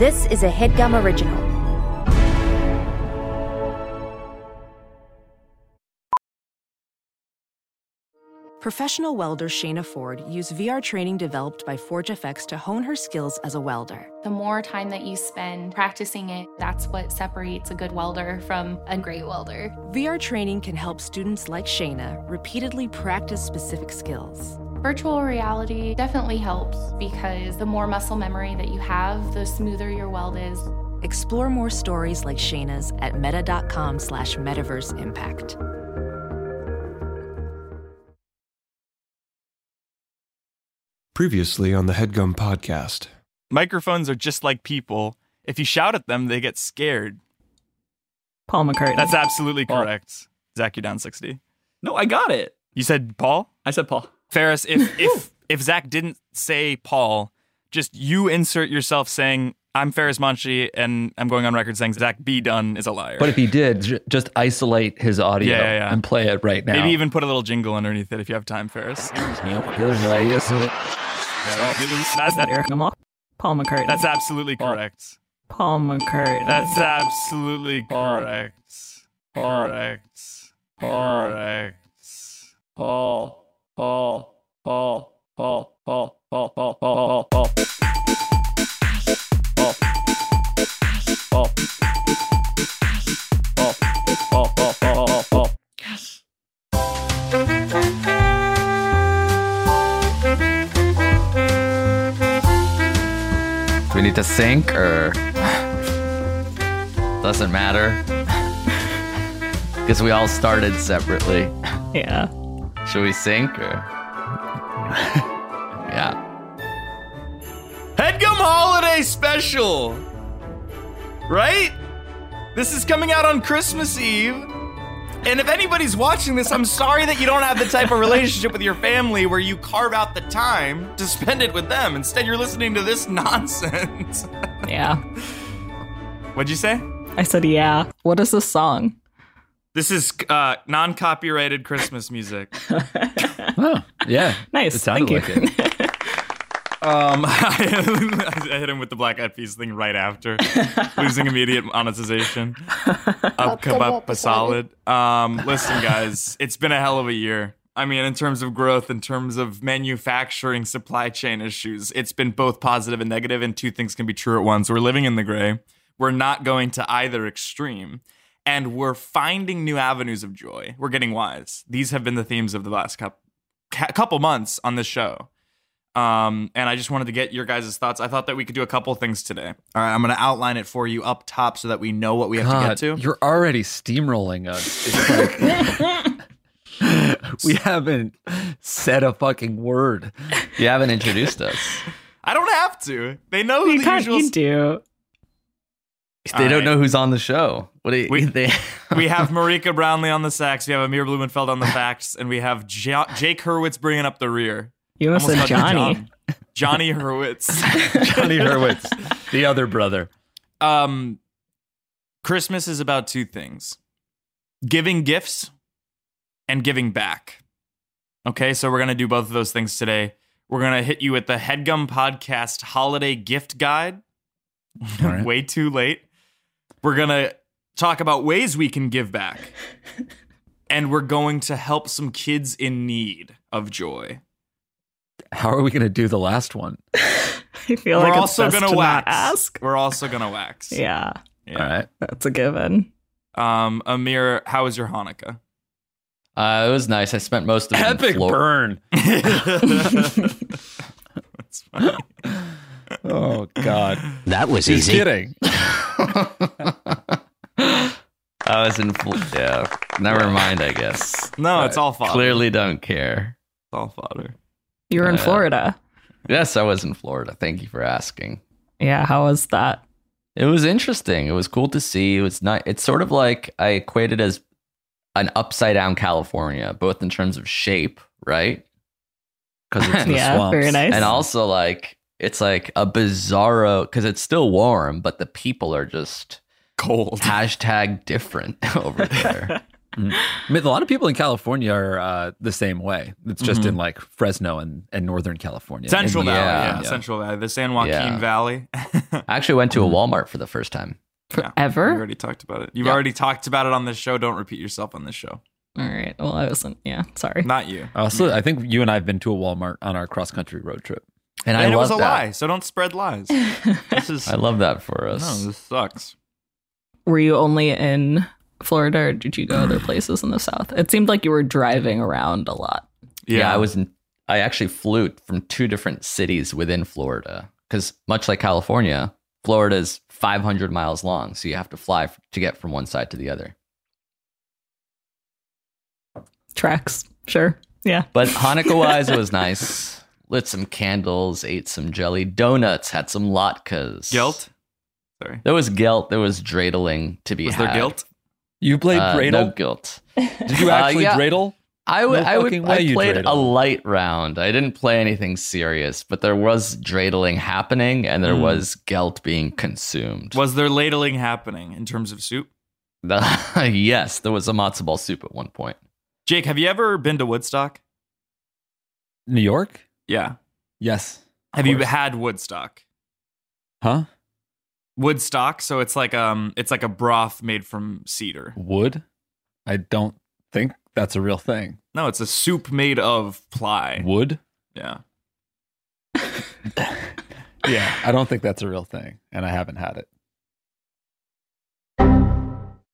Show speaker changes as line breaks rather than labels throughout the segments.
This is a headgum original.
Professional welder Shayna Ford used VR training developed by ForgeFX to hone her skills as a welder.
The more time that you spend practicing it, that's what separates a good welder from a great welder.
VR training can help students like Shayna repeatedly practice specific skills.
Virtual reality definitely helps because the more muscle memory that you have, the smoother your weld is.
Explore more stories like Shayna's at meta.com slash metaverse impact.
Previously on the Headgum Podcast.
Microphones are just like people. If you shout at them, they get scared.
Paul McCartney.
That's absolutely correct. Zach, you're down 60.
No, I got it.
You said Paul?
I said Paul.
Ferris, if, if, if Zach didn't say Paul, just you insert yourself saying, I'm Ferris Manchi, and I'm going on record saying Zach B. Dunn is a liar.
But if he did, j- just isolate his audio
Yeah, yeah, yeah.
and play it right now.
Maybe even put a little jingle underneath it if you have time, Ferris. That's,
Eric Amok. Paul McCartney.
that's absolutely correct.
Paul McCartney.
That's absolutely correct. Correct. Correct.
Paul. Paul. Paul. Paul. Paul. Paul. Paul. Paul. Paul. Paul. Paul. Paul. Paul. Paul. Paul. Paul. Paul. Paul.
Do we need to sync or doesn't matter? Because we all started separately.
yeah.
Should we sync or? yeah.
Headgum Holiday Special! Right? This is coming out on Christmas Eve. And if anybody's watching this, I'm sorry that you don't have the type of relationship with your family where you carve out the time to spend it with them. Instead, you're listening to this nonsense.
Yeah.
What'd you say?
I said, yeah. What is this song?
This is uh, non copyrighted Christmas music.
Oh, yeah.
Nice.
It sounded
Thank you.
like it.
Um, I, I hit him with the Black Eyed Peas thing right after, losing immediate monetization. Up kebab a solid. Um, listen, guys, it's been a hell of a year. I mean, in terms of growth, in terms of manufacturing supply chain issues, it's been both positive and negative, and two things can be true at once. We're living in the gray. We're not going to either extreme, and we're finding new avenues of joy. We're getting wise. These have been the themes of the last couple couple months on this show. Um, and I just wanted to get your guys' thoughts. I thought that we could do a couple things today. All right, I'm going to outline it for you up top so that we know what we have
God,
to get to.
you're already steamrolling us. It's like- we haven't said a fucking word.
You haven't introduced us.
I don't have to. They know who
You,
the
can't,
usual.
you do.
They
All right.
don't know who's on the show. What do you,
We-
they,
we have Marika Brownlee on the sax. We have Amir Blumenfeld on the facts, and we have jo- Jake Hurwitz bringing up the rear.
You almost said
Almost called you
Johnny.
John. Johnny Hurwitz.
Johnny Hurwitz, the other brother.
um, Christmas is about two things giving gifts and giving back. Okay, so we're going to do both of those things today. We're going to hit you with the Headgum Podcast Holiday Gift Guide.
All right.
Way too late. We're going to talk about ways we can give back. and we're going to help some kids in need of joy.
How are we going to do the last one?
I feel
we're
like it's
also
best
gonna
to
wax.
not ask.
We're also going to wax.
Yeah.
Yeah.
All right.
That's a given.
Um, Amir, how was your Hanukkah?
uh, it was nice. I spent most of it in
Epic
Flor-
burn.
That's funny.
Oh, God.
That was
Just
easy.
kidding.
I was in. Fl- yeah. Never mind. I guess.
No, it's all fodder.
Clearly, don't care.
It's all fodder.
You were in
Uh,
Yeah.
Florida.
Yes, I was in Florida. Thank you for asking.
Yeah. How was that?
It was interesting. It was cool to see. It was not. It's sort of like I equate it as an upside down California, both in terms of shape, right?
Because it's in the
yeah.
swamps.
Very nice.
And also like it's like a bizarro because it's still warm, but the people are just
Cold.
hashtag different over there.
I mean, a lot of people in California are uh, the same way. It's just
Mhm.
in like Fresno and, and Northern California.
Central
Yeah.
Valley, yeah,
Yeah.
Central Valley, the San Joaquin
Yeah.
Valley.
I actually went to a Walmart for the first time.
We
Forever?
already talked about it. You've
Yeah.
already talked about it on this show. Don't repeat yourself on this show.
All right. Well, I wasn't. Yeah. Sorry.
Not you.
Oh,
Also, I think you and I have been to a Walmart on our cross country road trip.
And, I
and it was
love
a
that.
lie, so don't spread lies. This is
I love that for
no,
us.
this sucks.
were you only in Florida or did you go other places in the South? It seemed like you were driving around a lot.
yeah. I was in, I actually flew from two different cities within Florida because much like California, Florida is 500 miles long, so you have to fly f- to get from one side to the other.
Tracks. Sure. Yeah.
But Hanukkah wise, it was nice. Lit some candles, ate some jelly donuts, had some latkes.
guilt. Sorry,
There was guilt. There was dreidling to be
was
had.
there guilt?
You played
Uh,
dreidel?
no guilt.
Did you
Uh,
actually
yeah.
dreidel?
I would.
No
I would.
fucking way
I
you
played a
dreidel.
light round. I didn't play anything serious, but there was dreidling happening, and there
Mm.
was gelt being consumed.
Was there ladling happening in terms of soup?
The- yes, there was a matzo ball soup at one point.
Jake, have you ever been to Woodstock?
New York?
Yeah.
Yes.
Have you
course.
had Woodstock?
Huh?
Woodstock, so it's like um, it's like a broth made from cedar.
Wood? I don't think that's a real thing.
No, it's a soup made of ply.
Wood?
Yeah.
Yeah. I don't think that's a real thing, and I haven't had it.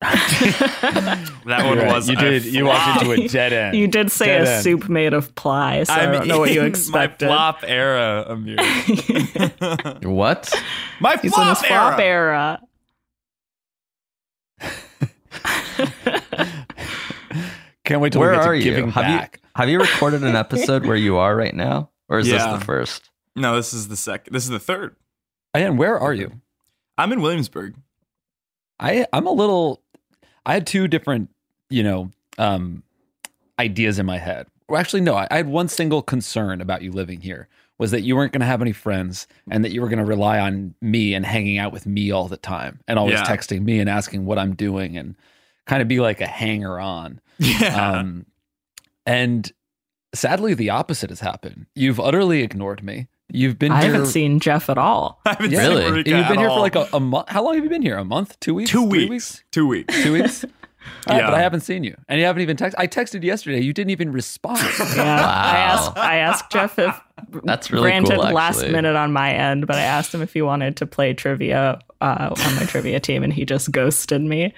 That one
You're right.
was.
You
a
did. You walked
flop.
into a dead end.
You did say
Dead
a
end.
soup made of ply, so I, don't know what you
in
expected.
My flop era, Amir.
What?
my
He's in
flop,
his flop
era.
era.
Can't wait till
Where
we get
are
to
you?
giving
Have
back.
you have you recorded an episode where you are right now, or is
Yeah.
this the first?
No, this is the second. This is the third.
Ian, where are you?
I'm in Williamsburg.
I I'm a little. I had two different, you know, um, ideas in my head. Well, actually, no. I, I had one single concern about you living here was that you weren't going to have any friends and that you were going to rely on me and hanging out with me all the time and always
Yeah.
texting me and asking what I'm doing and kind of be like a hanger on.
Yeah.
Um, and sadly, the opposite has happened. You've utterly ignored me. You've been
I
here.
haven't seen Jeff at all.
I haven't
yeah.
seen
Really?
Marika
You've
at
been here for
all.
like a, a month. How long have you been here? A month? Two weeks?
two
Three
weeks. Two weeks.
Two weeks? All right,
Yeah.
but I haven't seen you, and you haven't even texted. I texted yesterday. You didn't even respond.
Yeah, I
Wow.
asked I asked Jeff if
That's really
granted
cool,
last
actually.
minute on my end, but I asked him if he wanted to play trivia uh, on my trivia team, and he just ghosted me.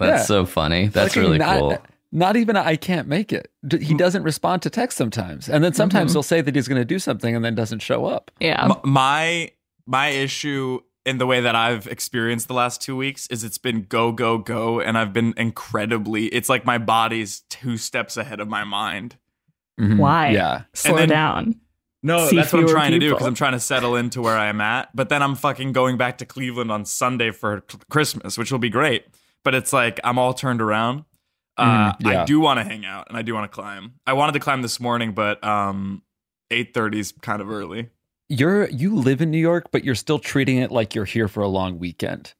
That's
Yeah.
so funny. That's
Fucking
really
not,
cool.
Not even I I can't make it. D-
Mm-hmm.
He doesn't respond to text sometimes, and then
Mm-hmm.
sometimes he'll say that he's going to do something and then doesn't show up.
Yeah,
M- my my issue in the way that I've experienced the last two weeks is it's been go go go, and I've been incredibly. It's like my body's two steps ahead of my mind. Mm-hmm.
why?
Yeah.
slow
then-
down.
No,
See
that's what I'm
fewer
trying to do
people.
because I'm trying to settle into where I am at. But then I'm fucking going back to Cleveland on Sunday for c- Christmas, which will be great. But it's like I'm all turned around. Uh,
Mhm, yeah.
I do want to hang out and I do want to climb. I wanted to climb this morning, but um, 8:30 is kind of early.
You're you live in New York, but you're still treating it like you're here for a long weekend.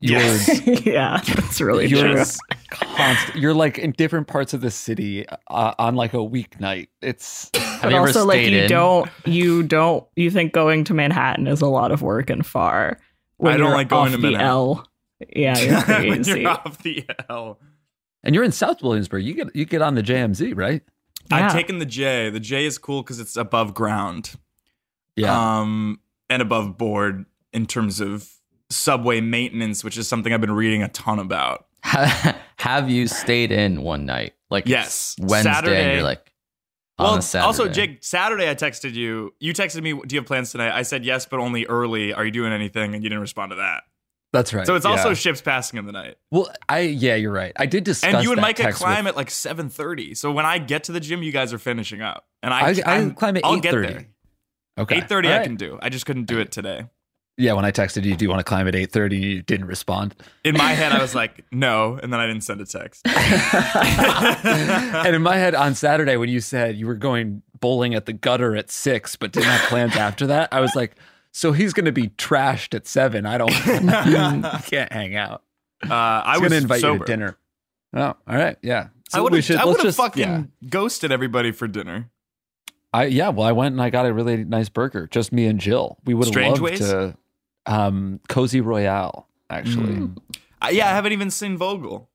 You're,
yeah, that's really
You're
true.
Yes.
const- you're like in different parts of the city uh, on like a weeknight. It's
Have
But
you ever
also, like,
stayed
you
in?
don't, you don't, you think going to Manhattan is a lot of work and far. When
I don't
you're
like going
off
to
the
Manhattan.
L. Yeah, you're pretty
When
easy.
you're off the L.
and you're in South Williamsburg. You get you get on the JMZ, right?
Yeah.
I've taken the J. The J is cool because it's above ground. um, and above board in terms of subway maintenance, which is something I've been reading a ton about.
have you stayed in one night? Like
Yes.
Wednesday. And
Saturday.
you're like on
Well,
a Saturday.
also, Jake, Saturday I texted you. You texted me, "Do you have plans tonight?" I said yes, but only early. Are you doing anything? And you didn't respond to that.
that's right.
So it's
yeah.
also ships passing in the night.
Well, I yeah, you're right. I did discuss
And you and
that
Micah
text
climb
with-
at like seven thirty. So when I get to the gym, you guys are finishing up, and I
I, I,
I'm-
climb at
I'll
eight
get
thirty.
there.
Okay,
Eight thirty,
All
I
right.
can do. I just couldn't do it today.
Yeah, when I texted you, do you want to climb at eight thirty? You didn't respond,
In my head, I was like, no, and then I didn't send a text. Uh,
and in my head on Saturday when you said you were going bowling at the gutter at six, but didn't have plans after that, I was like, so he's going to be trashed at seven. I don't can't hang out.
Uh, I
He's
was
gonna invite
sober.
you to dinner. Oh, all right, yeah.
I
we
would
should-
have. I
let's
would have
just-
fucking
yeah.
ghosted everybody for dinner.
I yeah, well, I went and I got a really nice burger, just me and Jill. We would have
Strange
loved
Ways?
to um cozy royale, actually.
I, yeah, I haven't even seen Vogel.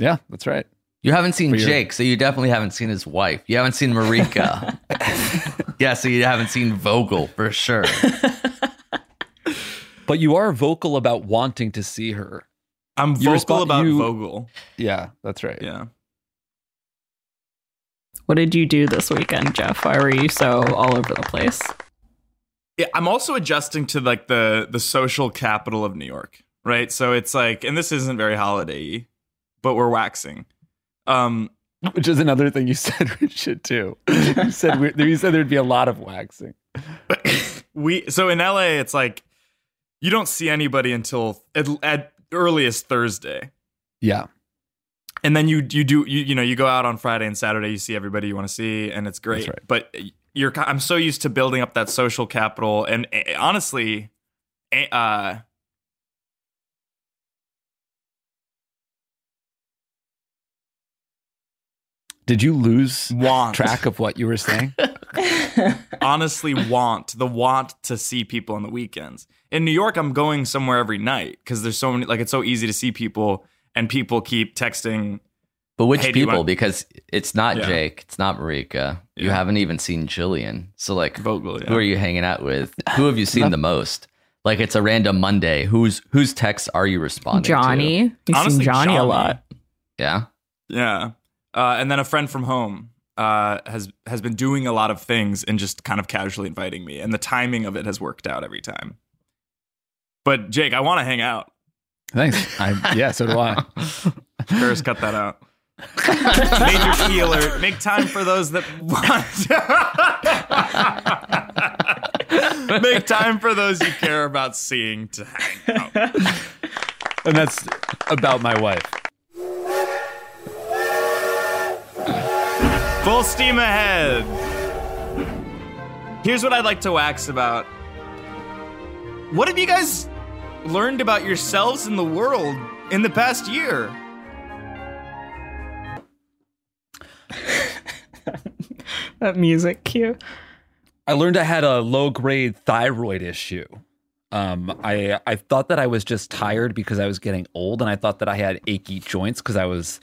Yeah, that's right.
You haven't seen
For your-
Jake, so you definitely haven't seen his wife. You haven't seen Marika. yeah, so you haven't seen Vogel for sure.
But you are vocal about wanting to see her.
I'm
You
vocal
respond-
about
you-
Vogel.
Yeah, that's right.
Yeah.
What did you do this weekend, Jeff? Why were you so all over the place?
yeah i'm also adjusting to like the the social capital of new york right so it's like and this isn't very holiday but we're waxing um
Which is another thing you said we should do. You said we, you said there'd be a lot of waxing.
we so in la it's like you don't see anybody until at, at earliest thursday
Yeah.
and then you you do you you know you go out on friday and saturday you see everybody you want to see and it's great
That's right.
but you're ki- i'm so used to building up that social capital and eh, honestly eh, uh
Did you lose
want
track of what you were saying?
honestly want the want to see people on the weekends. In New York, I'm going somewhere every night because there's so many. Like it's so easy to see people, and people keep texting.
But which
Hey, do you
people?
want-
Because it's not
Yeah.
Jake, it's not Marika. You
Yeah.
haven't even seen Jillian. So like
Vogel, yeah.
who are you hanging out with? Who have you seen the most? Like it's a random Monday. Who's whose texts are you responding to?
Johnny. You've seen Johnny, a lot.
Yeah.
Yeah, uh, and then a friend from home uh, has has been doing a lot of things and just kind of casually inviting me, and the timing of it has worked out every time. But Jake, I want to hang out.
Thanks. I, yeah, so do I.
Ferris, cut that out. Major key alert. Make time for those that want. Make time for those you care about seeing to hang out.
And that's about my wife.
Full steam ahead. Here's what I'd like to wax about. What have you guys learned about yourselves and the world in the past year?
That music cue.
I learned I had a low grade thyroid issue. Um, I I thought that I was just tired because I was getting old, and I thought that I had achy joints because I was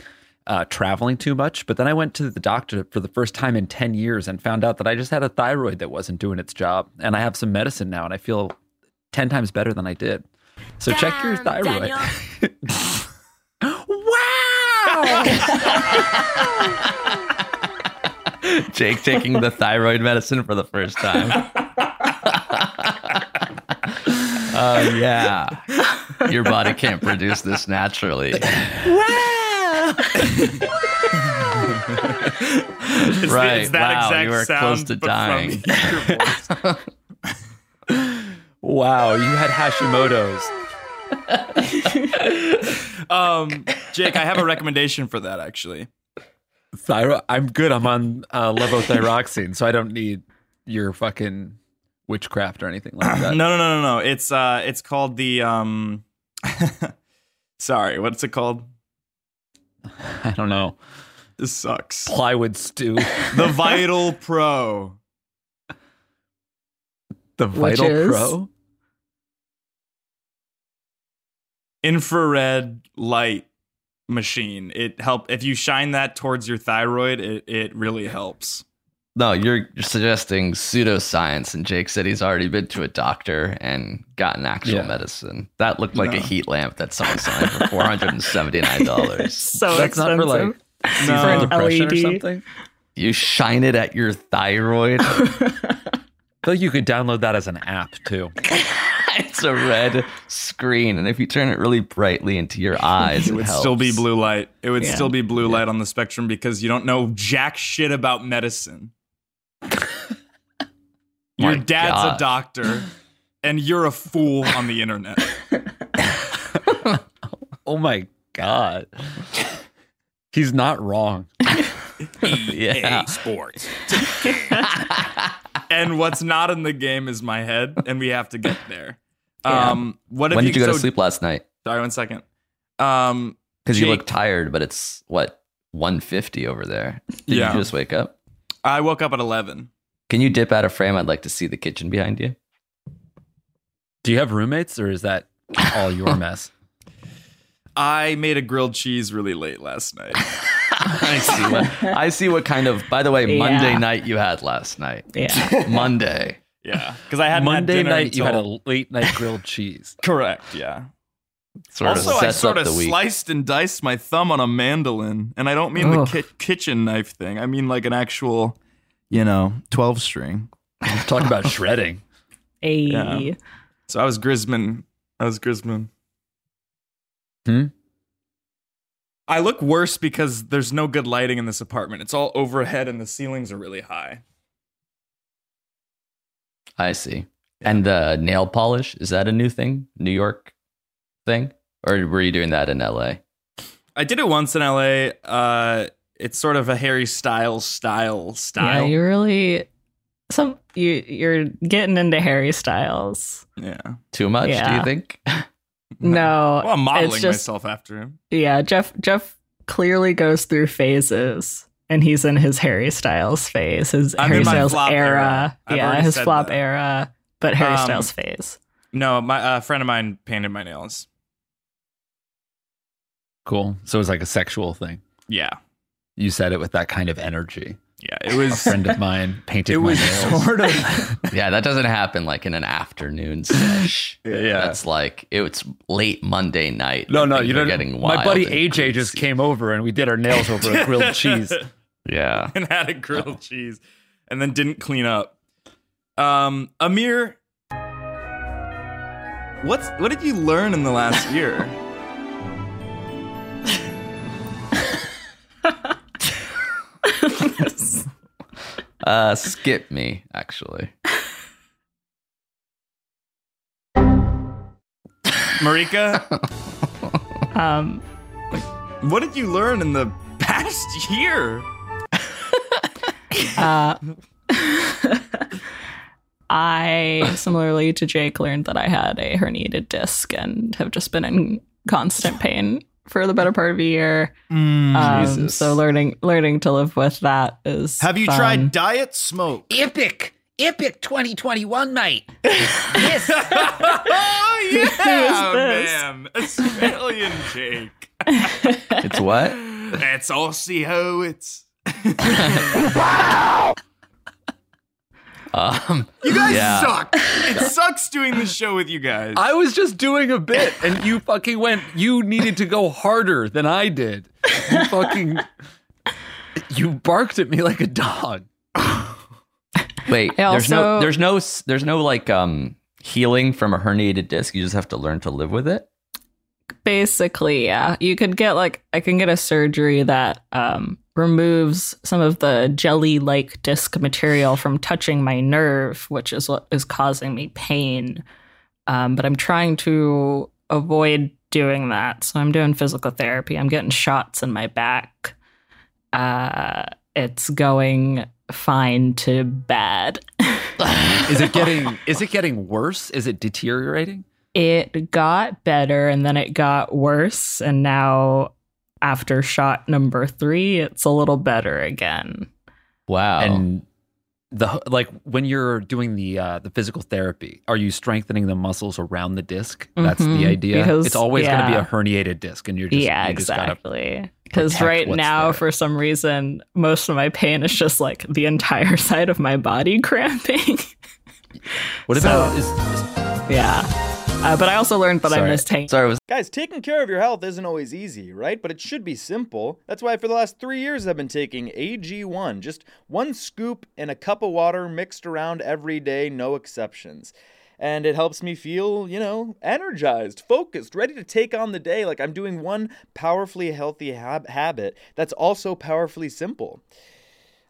uh, traveling too much. But then I went to the doctor for the first time in ten years and found out that I just had a thyroid that wasn't doing its job, and I have some medicine now, and I feel ten times better than I did. So check your thyroid. wow!
Jake taking the thyroid medicine for the first time. uh, yeah. Your body can't produce this naturally.
It's,
Right,
It's that
wow,
exact
you are
sound,
close to
but from
dying.
your voice.
wow, you had Hashimoto's.
Um, Jake, I have a recommendation for that actually.
Thyro- I'm good. I'm on uh, levothyroxine, so I don't need your fucking witchcraft or anything like
No,
that.
no, no, no, no. It's uh, it's called the um. sorry, what's it called?
I don't know.
This sucks.
Plywood stew.
The Vital Pro.
The
Which
Vital
is?
Pro.
infrared light machine. It help if you shine that towards your thyroid, it, it really helps.
No, you're, you're suggesting pseudoscience, and Jake said he's already been to a doctor and gotten actual
Yeah.
medicine. That looked like a
No.
heat lamp that someone signed for four hundred and seventy nine dollars.
So
That's not
expensive.
for like
No.
depression or
LED.
something. I
You shine it at your thyroid.
feel like you could download that as an app too.
it's a red screen, and if you turn it really brightly into your eyes, it,
It would
helps.
still be blue light. It would still be blue light on the spectrum because you don't know jack shit about medicine. your
My
dad's
God.
a doctor and you're a fool on the internet.
Oh my god. He's not wrong.
Yeah.
sports. and what's not in the game is my head, and we have to get there. Um, what have
When did you go to
so-
sleep last night?
Sorry, one second. Um,
Because you
Jake-
look tired, but it's what 150 over there. Did
Yeah.
you just wake up?
I woke up at 11.
Can you dip out of frame? I'd like to see the kitchen behind you.
Do you have roommates or is that all your mess?
I made a grilled cheese really late last night.
I see what I see what kind of by the way,
Yeah.
Monday night you had last night.
Yeah.
Monday.
Yeah, because I had
Monday night, you had
until-
a late night grilled cheese.
correct. Yeah.
Sort
also,
of
I
sets
sort
up
of
the week.
sliced and diced my thumb on a mandolin, and I don't mean
Ugh.
the ki- kitchen knife thing. I mean like an actual, you know, twelve string.
Talk about shredding.
A
Yeah. So I was Grisman. I was Grisman.
Hmm?
I look worse because there's no good lighting in this apartment. It's all overhead, and the ceilings are really high.
I see. And the nail polish, is that a new thing? New York thing? Or were you doing that in LA?
I did it once in LA. Uh, it's sort of a Harry Styles style
yeah,
style.
you really some you you're getting into Harry Styles.
yeah.
Too much, do
Yeah.
you think?
No.
Well, I'm modeling
it's just-
myself after him.
Yeah, Jeff Jeff clearly goes through phases and he's in his Harry Styles phase, his
I'm
Harry
in my
Styles
flop
era.
era. I've
Yeah,
already
his
said
flop
that.
era, but Harry
Um,
Styles phase.
No, my uh, friend of mine painted my nails.
Cool. So it's like a sexual thing.
Yeah,
You said it with that kind of energy.
yeah. It
A
was.
friend of mine painted
it
my
was
nails.
sort of.
yeah, that doesn't happen like in an afternoon sesh.
Yeah.
That's like it's late Monday night.
No,
and
no,
things
you
are
don't.
Getting wild
my buddy
and
AJ just
crazy.
came over and we did our nails over a grilled cheese.
Yeah,
and had a
Oh.
grilled cheese, and then didn't clean up. Um, Amir, what's what did you learn in the last year?
uh, skip me actually.
Marika,
Um
what did you learn in the past year?
uh, I similarly to Jake learned that I had a herniated disc and have just been in constant pain for the better part of a year. Um,
Jesus.
So learning learning to live with that is
Have you
fun.
tried diet smoke?
Epic, epic 2021, mate.
oh yeah,
this?
man, Australian Jake.
It's what?
That's Aussie how it's.
Um,
You guys
Yeah.
suck. It sucks doing this show with you guys.
I was just doing a bit and you fucking went, you needed to go harder than I did. You fucking, you barked at me like a dog.
wait,
I
there's no,
also-
there's no, s- there's no like um healing from a herniated disc. You just have to learn to live with it.
Basically, yeah. You could get like I can get a surgery that um removes some of the jelly-like disc material from touching my nerve, which is what is causing me pain. Um, but I'm trying to avoid doing that. So I'm doing physical therapy. I'm getting shots in my back. Uh it's going fine to bad.
Is it getting, is it getting worse? Is it deteriorating?
it got better and then it got worse and now after shot number three it's a little better again
Wow.
and the like when you're doing the uh, the physical therapy, are you strengthening the muscles around the disc? That's
Mhm,
the idea.
because-
it's always going to
yeah.
be a herniated disc, and you're just
yeah
you just gotta-
exactly because
protect
right
what's
now
there.
for some reason most of my pain is just like the entire side of my body cramping
what about is,
yeah uh, but i also learned that i
Sorry.
missed hanging
Sorry, was
Guys, taking care of your health isn't always easy, right? But it should be simple. That's why for the last three years I've been taking AG1, just one scoop in a cup of water mixed around every day, no exceptions. And it helps me feel, you know, energized, focused, ready to take on the day. Like I'm doing one powerfully healthy hab- habit that's also powerfully simple.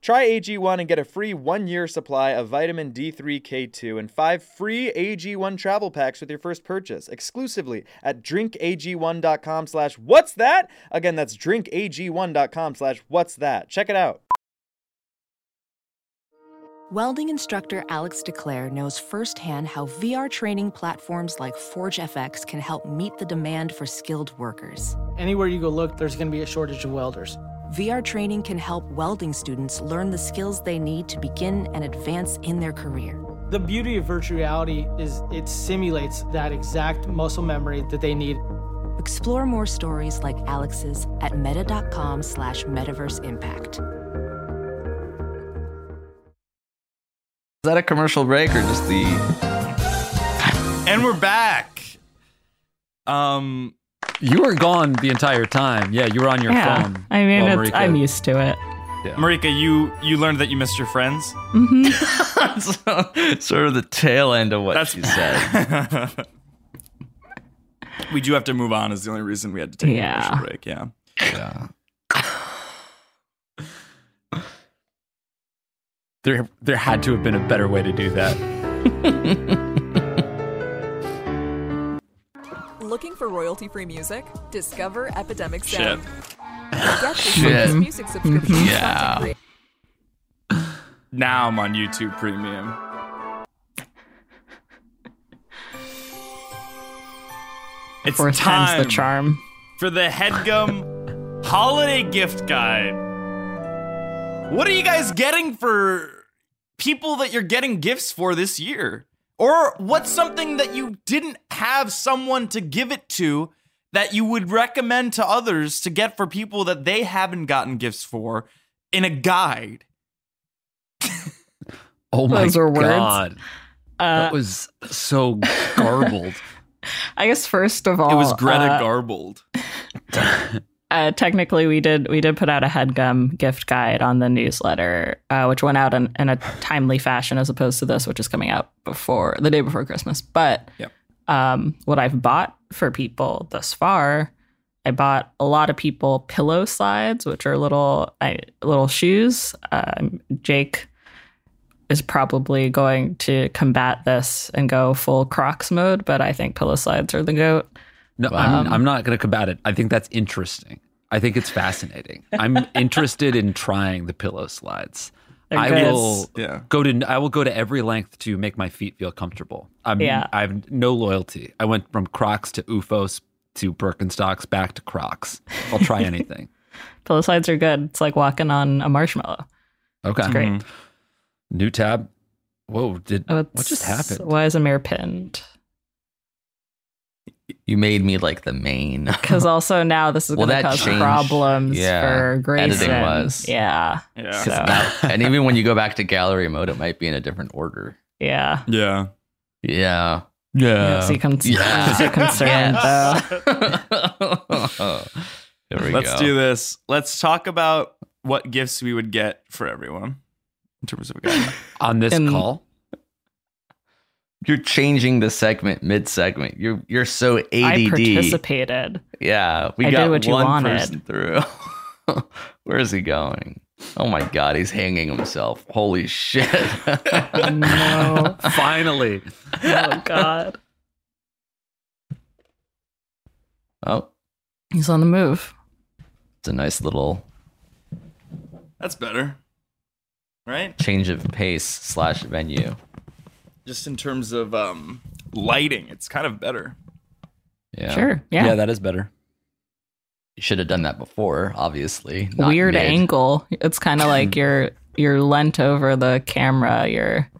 Try AG1 and get a free one year supply of vitamin D3K2 and five free AG1 travel packs with your first purchase exclusively at drinkag1.com slash what's that? Again, that's drinkag1.com slash what's that. Check it out.
Welding instructor Alex DeClaire knows firsthand how VR training platforms like ForgeFX can help meet the demand for skilled workers.
Anywhere you go look, there's going to be a shortage of welders.
VR training can help welding students learn the skills they need to begin and advance in their career.
The beauty of virtual reality is it simulates that exact muscle memory that they need.
Explore more stories like Alex's at meta.com slash metaverse impact.
Is that a commercial break or just the?
And we're back. Um,
You were gone the entire time. Yeah, you were on your
yeah,
phone.
I mean,
while
it's,
Marika-
I'm used to it.
Marika, you you learned that you missed your friends.
sort of the tail end of what
That's-
she said.
We do have to move on. Is the only reason we had to take
Yeah.
a commercial break. Yeah.
There, there had to have been a better way to do that.
Looking for royalty free music? Discover Epidemic
Shit.
Sound. Get this
Shit.
latest music subscription.
Mhm.
content
Yeah.
creator.
Now I'm on YouTube Premium. It's
Fourth
time
time's the charm.
for the Headgum Holiday Gift Guide. What are you guys getting for people that you're getting gifts for this year? Or what's something that you didn't have someone to give it to that you would recommend to others to get for people that they haven't gotten gifts for in a guide?
Oh my
Those were words.
god,
Uh,
that was so garbled.
I guess first of all,
it was Greta
uh,
Garbled.
uh, technically we did we did put out a headgum gift guide on the newsletter uh, which went out in, in a timely fashion as opposed to this which is coming out before the day before christmas but
Yep.
um, what i've bought for people thus far i bought a lot of people pillow slides which are little I, little shoes um, jake is probably going to combat this and go full crocs mode but i think pillow slides are the goat
No, I'm, I'm not going to combat it. I think that's interesting. I think it's fascinating. I'm interested in trying the pillow slides.
They're
I
good.
will
Yeah.
go to I will go to every length to make my feet feel comfortable. I'm,
Yeah.
I have no loyalty. I went from Crocs to UFOs to Birkenstocks back to Crocs. I'll try anything.
pillow slides are good it's like walking on a marshmallow
Okay.
great.
Mm-hmm.
New tab. Whoa! Did
Oh,
Mm-hmm. what just
it's-
happened?
Why is Amir pinned?
You made me like the main.
Because also now this is
Well,
going
that
to cause
changed-
problems
yeah,
for Grayson.
editing was.
Yeah,
Yeah.
So-
and even when you go back to gallery mode, it might be in a different order.
yeah.
Yeah.
Yeah.
Uh,
yeah. So you can
Yeah.
so concerned though.
Yes. There we
Let's
go.
do this. Let's talk about what gifts we would get for everyone in terms of a guide.
On this
And-
call,
You're changing the segment mid segment. You're you're so ADD.
I participated.
Yeah, we
I did
got
what you
one
wanted.
person through. Where is he going? Oh my god, he's hanging himself. Holy shit.
Oh, No.
finally,
Oh God.
oh,
He's on the move.
it's a nice little
That's better. Right?
change of pace slash venue.
Just in terms of um lighting, it's kind of better.
Yeah.
Sure. Yeah.
that is better.
You should have done that before, obviously. Not
Weird
mid.
angle. It's kind of like you're you're lent over the camera. You're.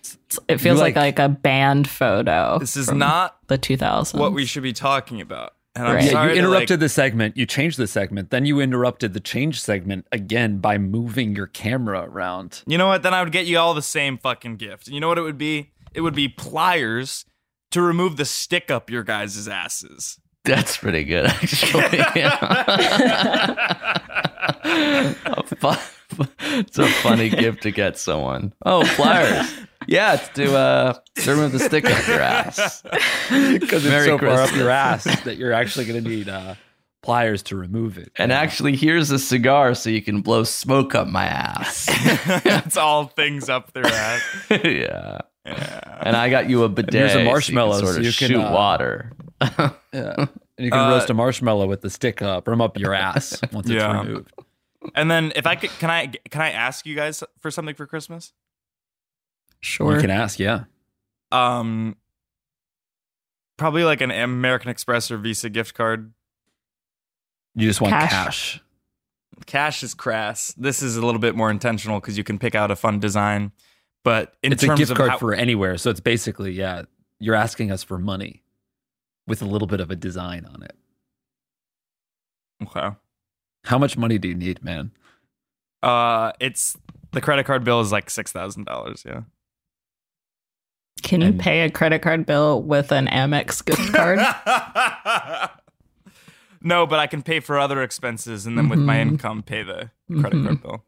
it's- It feels like, like
like-
a band photo.
This is
from
not
the 2000s.
what we should be talking about. And I'm
Right. Yeah,
Yeah,
sorry
you
to,
interrupted
like,
the segment, you changed the segment, then you interrupted the change segment again by moving your camera around.
You know what? Then I would get you all the same fucking gift. You know what it would be? It would be pliers to remove the stick up your guys' asses.
That's pretty good, actually. Yeah. A fu- it's a funny gift to get someone. Oh, pliers. Yeah, it's to uh, serve with a stick up your ass.
Because it's
Merry
so far up
Christmas.
your ass that you're actually going to need uh, pliers to remove it.
And actually, here's a cigar so you can blow smoke up my ass.
That's all things up their ass.
yeah. And I got you a bidet.
here's
so
a
you can
marshmallow
sort
so
of
you can,
shoot
uh,
water.
Yeah. And you can
Uh,
roast a marshmallow with the stick up from up your ass once
Yeah.
it's removed.
And then if I could, can I can I ask you guys for something for Christmas?
Sure.
You can ask, yeah.
Um, probably like an American Express or Visa gift card.
You just want
Cash.
cash.
Cash is crass. This is a little bit more intentional because you can pick out a fun design. But in
it's a
terms
gift
of
card
how-
for anywhere. So it's basically, yeah, you're asking us for money with a little bit of a design on it.
okay,
How much money do you need, man?
uh, it's the credit card bill is like six thousand dollars. Yeah.
Can you pay a credit card bill with an Amex gift card?
no, but I can pay for other expenses and then with my
Mhm.
income pay the credit
Mhm.
card bill.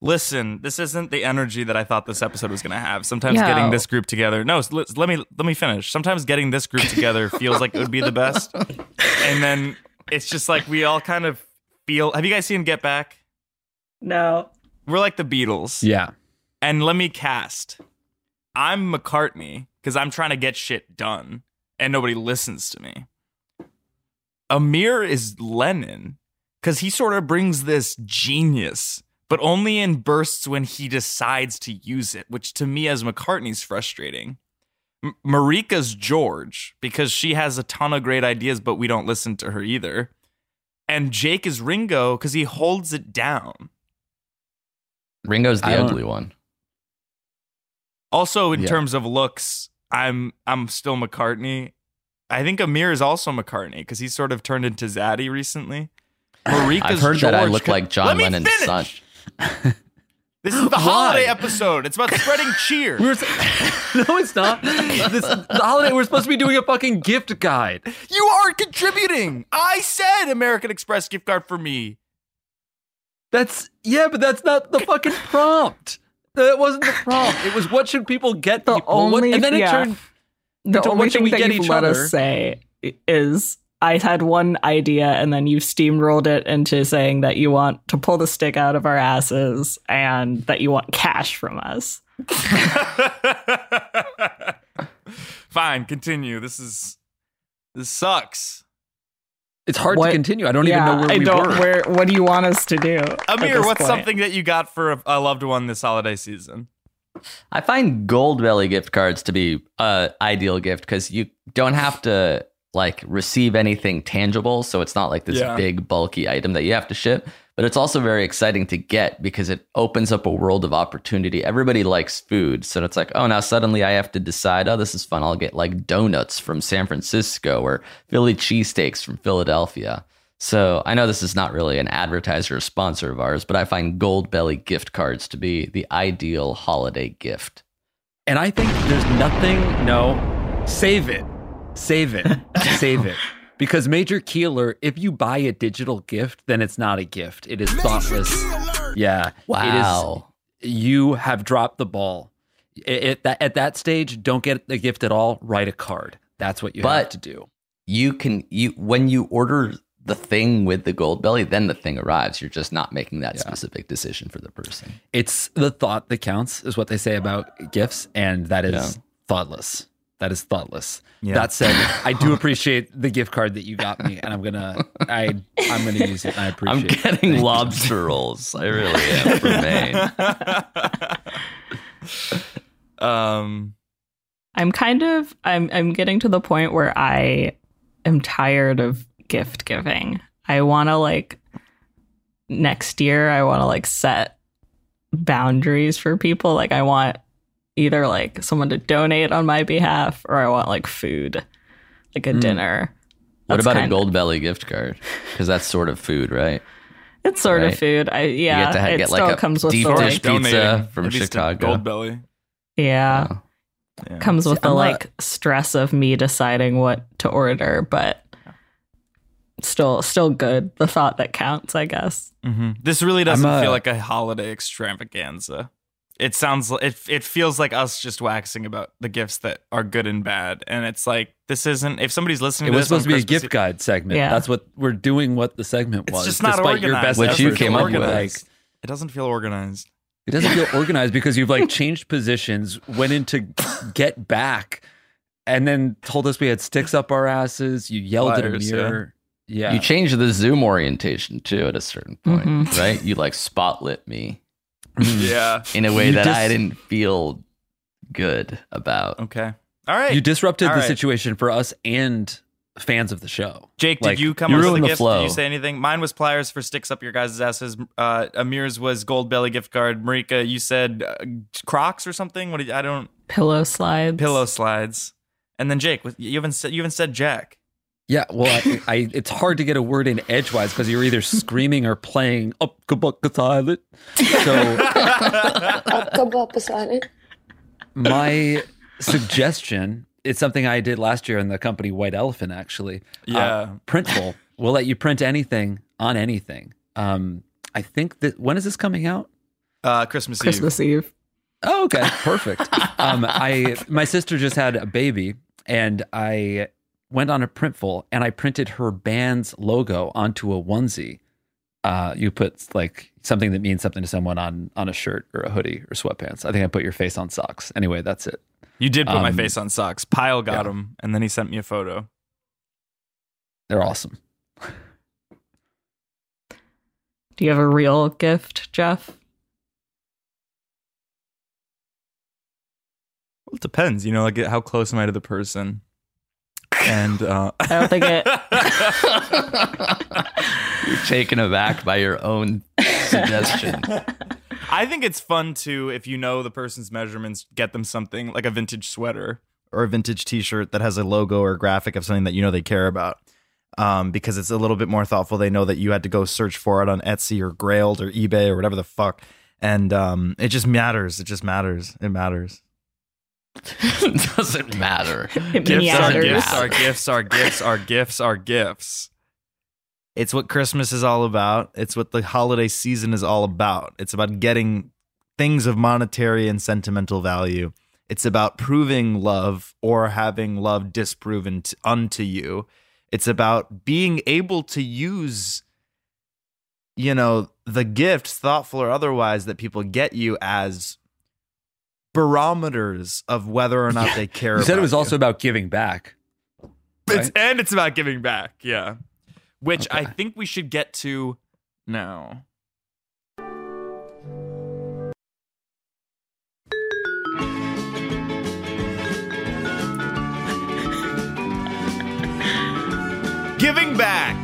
Listen, this isn't the energy that I thought this episode was going to have. Sometimes
Yeah.
getting this group together. No, s- let, let me let me finish. Sometimes getting this group together feels like it would be the best. And then it's just like we all kind of feel Have you guys seen Get Back?
no.
We're like the Beatles.
Yeah.
And let me cast. I'm McCartney because I'm trying to get shit done and nobody listens to me. Amir is Lennon because he sort of brings this genius, but only in bursts when he decides to use it, which to me as McCartney's frustrating. M- Marika's George because she has a ton of great ideas, but we don't listen to her either. And Jake is Ringo because he holds it down.
Ringo's the
I don't-
ugly one.
Also, in
Yeah.
terms of looks, I'm I'm still McCartney. I think Amir is also McCartney because he's sort of turned into Zaddy recently. Marika's
I've heard that I
George
look
could-
like John
Let me
Lennon's
finish!
son.
This is the holiday episode. It's about spreading cheer.
We're, no, it's not. This the holiday. We're supposed to be doing a fucking gift guide.
you are contributing. I said American Express gift card for me.
That's yeah, but that's not the fucking prompt. That wasn't the prompt. It was what should people get
The
people? What-
only-
and then it
yeah.
turned.
The
What
only
should
thing
we
that
get
you've
each
let
other?
us say is I had one idea and then you steamrolled it into saying that you want to pull the stick out of our asses and that you want cash from us.
Fine, continue. This is this sucks.
It's hard
What-
to continue. I don't
yeah,
even know where
I
we
don't,
were.
Where, what do you want us to do? at
Amir,
this
what's
point?
something that you got for a, a loved one this holiday season?
I find gold belly gift cards to be uh ideal gift because you don't have to like receive anything tangible. So it's not like this
Yeah.
big bulky item that you have to ship. But it's also very exciting to get because it opens up a world of opportunity. Everybody likes food. So it's like, oh, now suddenly I have to decide, oh, this is fun. I'll get like donuts from San Francisco or Philly cheesesteaks from Philadelphia. So I know this is not really an advertiser or sponsor of ours, but I find gold belly gift cards to be the ideal holiday gift.
And I think there's nothing. No, save it, save it, save it. Because Major Keeler, if you buy a digital gift, then it's not a gift. It is thoughtless. Yeah. It is,
Wow.
you have dropped the ball. I- At that, at that stage, don't get a gift at all. Write a card. That's what you have
But-
to do.
You can you when you order the thing with the gold belly, then the thing arrives. You're just not making that specific decision for the person.
It's the thought that counts, is what they say about gifts, and that is
Yeah.
thoughtless. That is thoughtless.
Yeah.
That said, I do appreciate the gift card that you got me, and I'm gonna I I'm gonna use it. And I appreciate.
I'm
it.
getting lobster rolls. I really am for Maine.
Um,
I'm kind of I'm I'm getting to the point where I am tired of gift giving. I want to like next year I want to like set boundaries for people. Like I want either like someone to donate on my behalf or I want like food, like a dinner.
Hmm. What
That's
about a
kind-
gold belly gift card? Because that's sort of food, right?
It's sort
right?
of food. I yeah,
to ha-
it
get, like,
still
a
comes with
deep
the
dish
like,
pizza
donating
from
at least to
Chicago.
Gold Belly.
yeah.
Yeah.
comes with
I'm
the
not-
like stress of me deciding what to order, but still still good. The thought that counts, I guess.
Mm-hmm. This really doesn't
I'm a-
feel like a holiday extravaganza. It sounds li- it it feels like us just waxing about the gifts that are good and bad, and it's like this isn't. If somebody's listening,
It
to
was
this on
supposed to be a
Christmas
gift
Eve-
guide segment.
Yeah.
That's what we're doing. What the segment
It's
was,
just not
despite
organized.
your best
Which you
efforts,
came
it
up
wasn't,
with.
Like,
it doesn't feel organized.
it doesn't feel organized because you've like changed positions, went into get back, and then told us we had sticks up our asses. You yelled
Liars,
at
yeah.
a mirror. Yeah,
You changed the Zoom orientation too at a certain point,
Mhm.
right? You like spotlit me.
Hmm.
Yeah.
In a way
You
that
dis-
I didn't feel good about.
Okay. All right.
You disrupted
All
the
right.
situation for us and fans of the show.
Jake,
Like,
did you come
you
up with
ruined
a
the
gift? Did
flow.
you say anything? Mine was pliers for sticks up your guys' asses. Uh, Amir's was gold belly gift card. Marika, you said uh, Crocs or something. What? Did, I don't
Pillow slides.
pillow slides. And then Jake, with- you haven't said you haven't said Jack.
Yeah, well, I, I, it's hard to get a word in edgewise because you're either screaming or playing "Oh, up Kabuka Island. So my suggestion it's something I did last year in the company White Elephant, actually. Uh,
Yeah.
printful. we'll let you print anything on anything. Um, I think that when is this coming out?
Uh, Christmas, Eve.
Eve.
Oh, okay, perfect. um, I my sister just had a baby, and I went on a printful and I printed her band's logo onto a onesie. Uh, you put like something that means something to someone on on a shirt or a hoodie or sweatpants. I think I put your face on socks. Anyway, that's it.
You did put my
Um,
face on socks. Pyle got him, and then he sent me a photo.
They're awesome.
Do you have a real gift, Jeff?
Well, it depends, you know, like how close am I to the person? And uh,
I don't think it.
You're taken aback by your own suggestion.
I think it's fun to, if you know the person's measurements, get them something like a vintage sweater or a vintage T-shirt that has a logo or a graphic of something that you know they care about, um, because it's a little bit more thoughtful. They know that you had to go search for it on Etsy or Grailed or eBay or whatever the fuck, and um, it just matters. It just matters. It matters.
it doesn't matter.
It
Gifts are
meanders.
gifts are gifts are gifts are gifts are gifts. It's what Christmas is all about. It's what the holiday season is all about. It's about getting things of monetary and sentimental value. It's about proving love or having love disproven t- unto you. It's about being able to use you know, the gifts, thoughtful or otherwise, that people get you as barometers of whether or not they care
You said
about
it was
you.
also about giving back.
It's, and it's about giving back, yeah. Which I think we should get to now. giving back.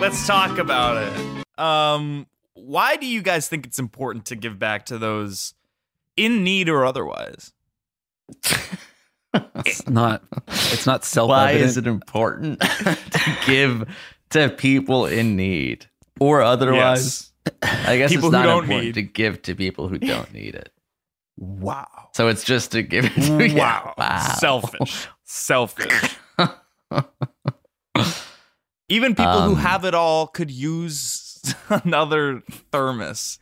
Let's talk about it. Um, why do you guys think it's important to give back to those in need or otherwise?
It's not. It's not self.
Why is it important to give to people in need or otherwise? I guess
People
it's
who
not
don't
important
need.
to give to people who don't need it.
Wow.
So it's just to give it to yeah,
Mm, Wow.
wow.
Selfish. Selfish. Even people who
Um,
have it all could use another thermos.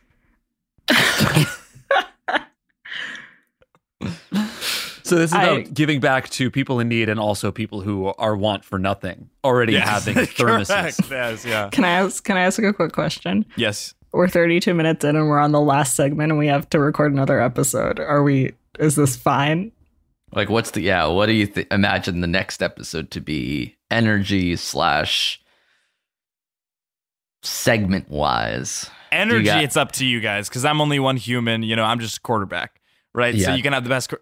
So this is
I-
about giving back to people in need and also people who are want for nothing, already
Yes,
having thermoses.
correct, Yes, yeah.
Can I ask? Can I ask a quick question?
Yes.
We're 32 minutes in, and we're on the last segment, and we have to record another episode. Are we? Is this fine?
Like, what's the yeah? What do you th- imagine the next episode to be? Energy slash segment wise.
Energy,
got-
it's up to you guys because I'm only one human. You know, I'm just a quarterback, right? So
Yeah.
you can have the best. quar-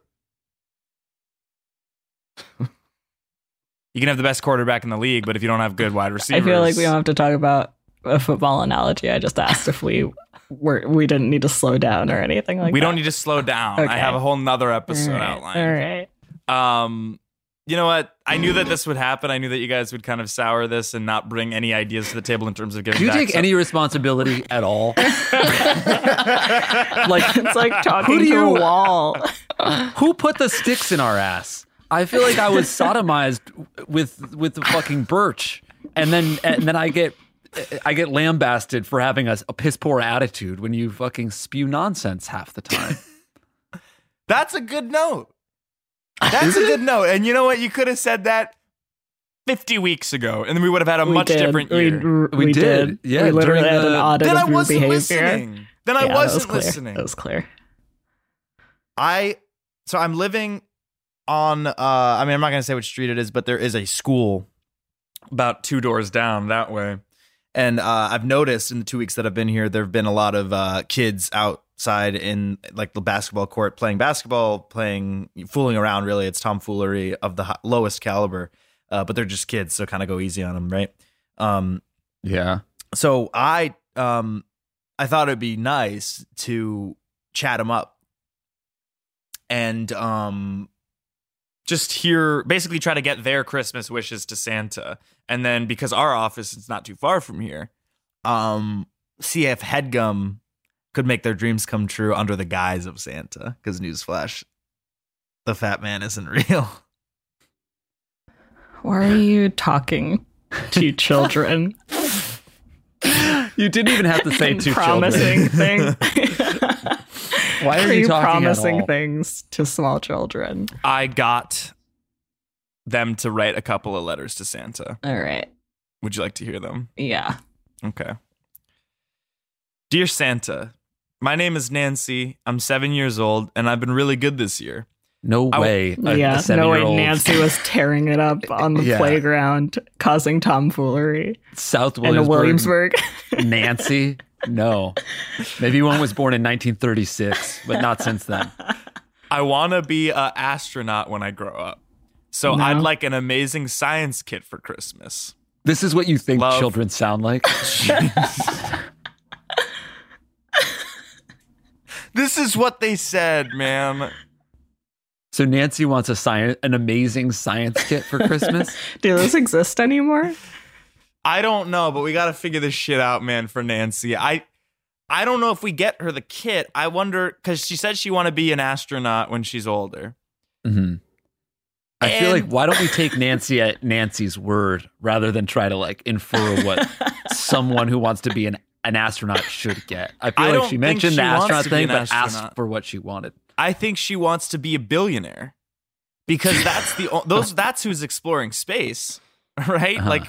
you can have the best quarterback in the league, but if you don't have good wide receivers,
I feel like we don't have to talk about a football analogy. I just asked if we were we didn't need to slow down or anything like
we
that.
don't need to slow down. I
Okay.
have a whole nother episode
All right,
outlined.
All right.
Um, you know what? I knew that this would happen. I knew that you guys would kind of sour this and not bring any ideas to the table in terms of giving
Do you
back.
take
so-
any responsibility at all? like,
It's like talking
Who do
to
you-
a wall.
who put the sticks in our ass? I feel like I was sodomized with with the fucking birch, and then and then I get I get lambasted for having a, a piss poor attitude when you fucking spew nonsense half the time.
That's a good note. That's a good note. And you know what? You could have said that 50 weeks ago, and then we would have had a
We
much
did.
different
We-
year.
we We did. did. Yeah, We literally during had an the- audit
Then
of
I
your
wasn't
behavior.
listening. Then I
Yeah, that was
wasn't
clear.
listening.
That was clear.
I so I'm living on uh I mean I'm not gonna say which street it is, but there is a school about two doors down that way. And uh, I've noticed in the two weeks that I've been here, there have been a lot of uh, kids outside in like the basketball court playing basketball, playing, fooling around. Really, it's tomfoolery of the hi- lowest caliber, uh, but they're just kids, so kind of go easy on them, right? Um,
Yeah.
so I um I thought it'd be nice to chat him up and um just hear basically try to get their Christmas wishes to Santa. And then because our office is not too far from here, um see if Headgum could make their dreams come true under the guise of Santa. Because newsflash, the fat man isn't real.
Why are you talking to children?
You didn't even have to say
And
two
promising things.
children. Why are
are
you
you
talking at
promising
all?
things to small children?
I got them to write a couple of letters to Santa.
All right.
Would you like to hear them?
Yeah.
Okay. Dear Santa, my name is Nancy. I'm seven years old, and I've been really good this year.
No
I-
way. a- a
yeah. No way
seven-year-old-
Nancy was tearing it up on the
Yeah.
playground, causing tomfoolery.
South
And a Williamsburg.
Nancy? No. Maybe one was born in 1936, but not since then.
I want to be an astronaut when I grow up. So
No.
I'd like an amazing science kit for Christmas.
This is what you think
Love.
children sound like.
This is what they said, man.
so Nancy wants a science, an amazing science kit for Christmas.
Do those exist anymore?
I don't know, but we got to figure this shit out, man, for Nancy. I I don't know if we get her the kit. I wonder cuz she said she want to be an astronaut when she's older.
hmm I feel like
And-
why don't we take Nancy at Nancy's word rather than try to like infer what someone who wants to be an, an astronaut should get. I feel
I
like
don't
she
think
mentioned
she
the
wants
astronaut
to be
thing,
an
but
astronaut.
asked for what she wanted.
I think she wants to be a billionaire because that's the o- those that's who's exploring space, right?
Uh-huh.
Like,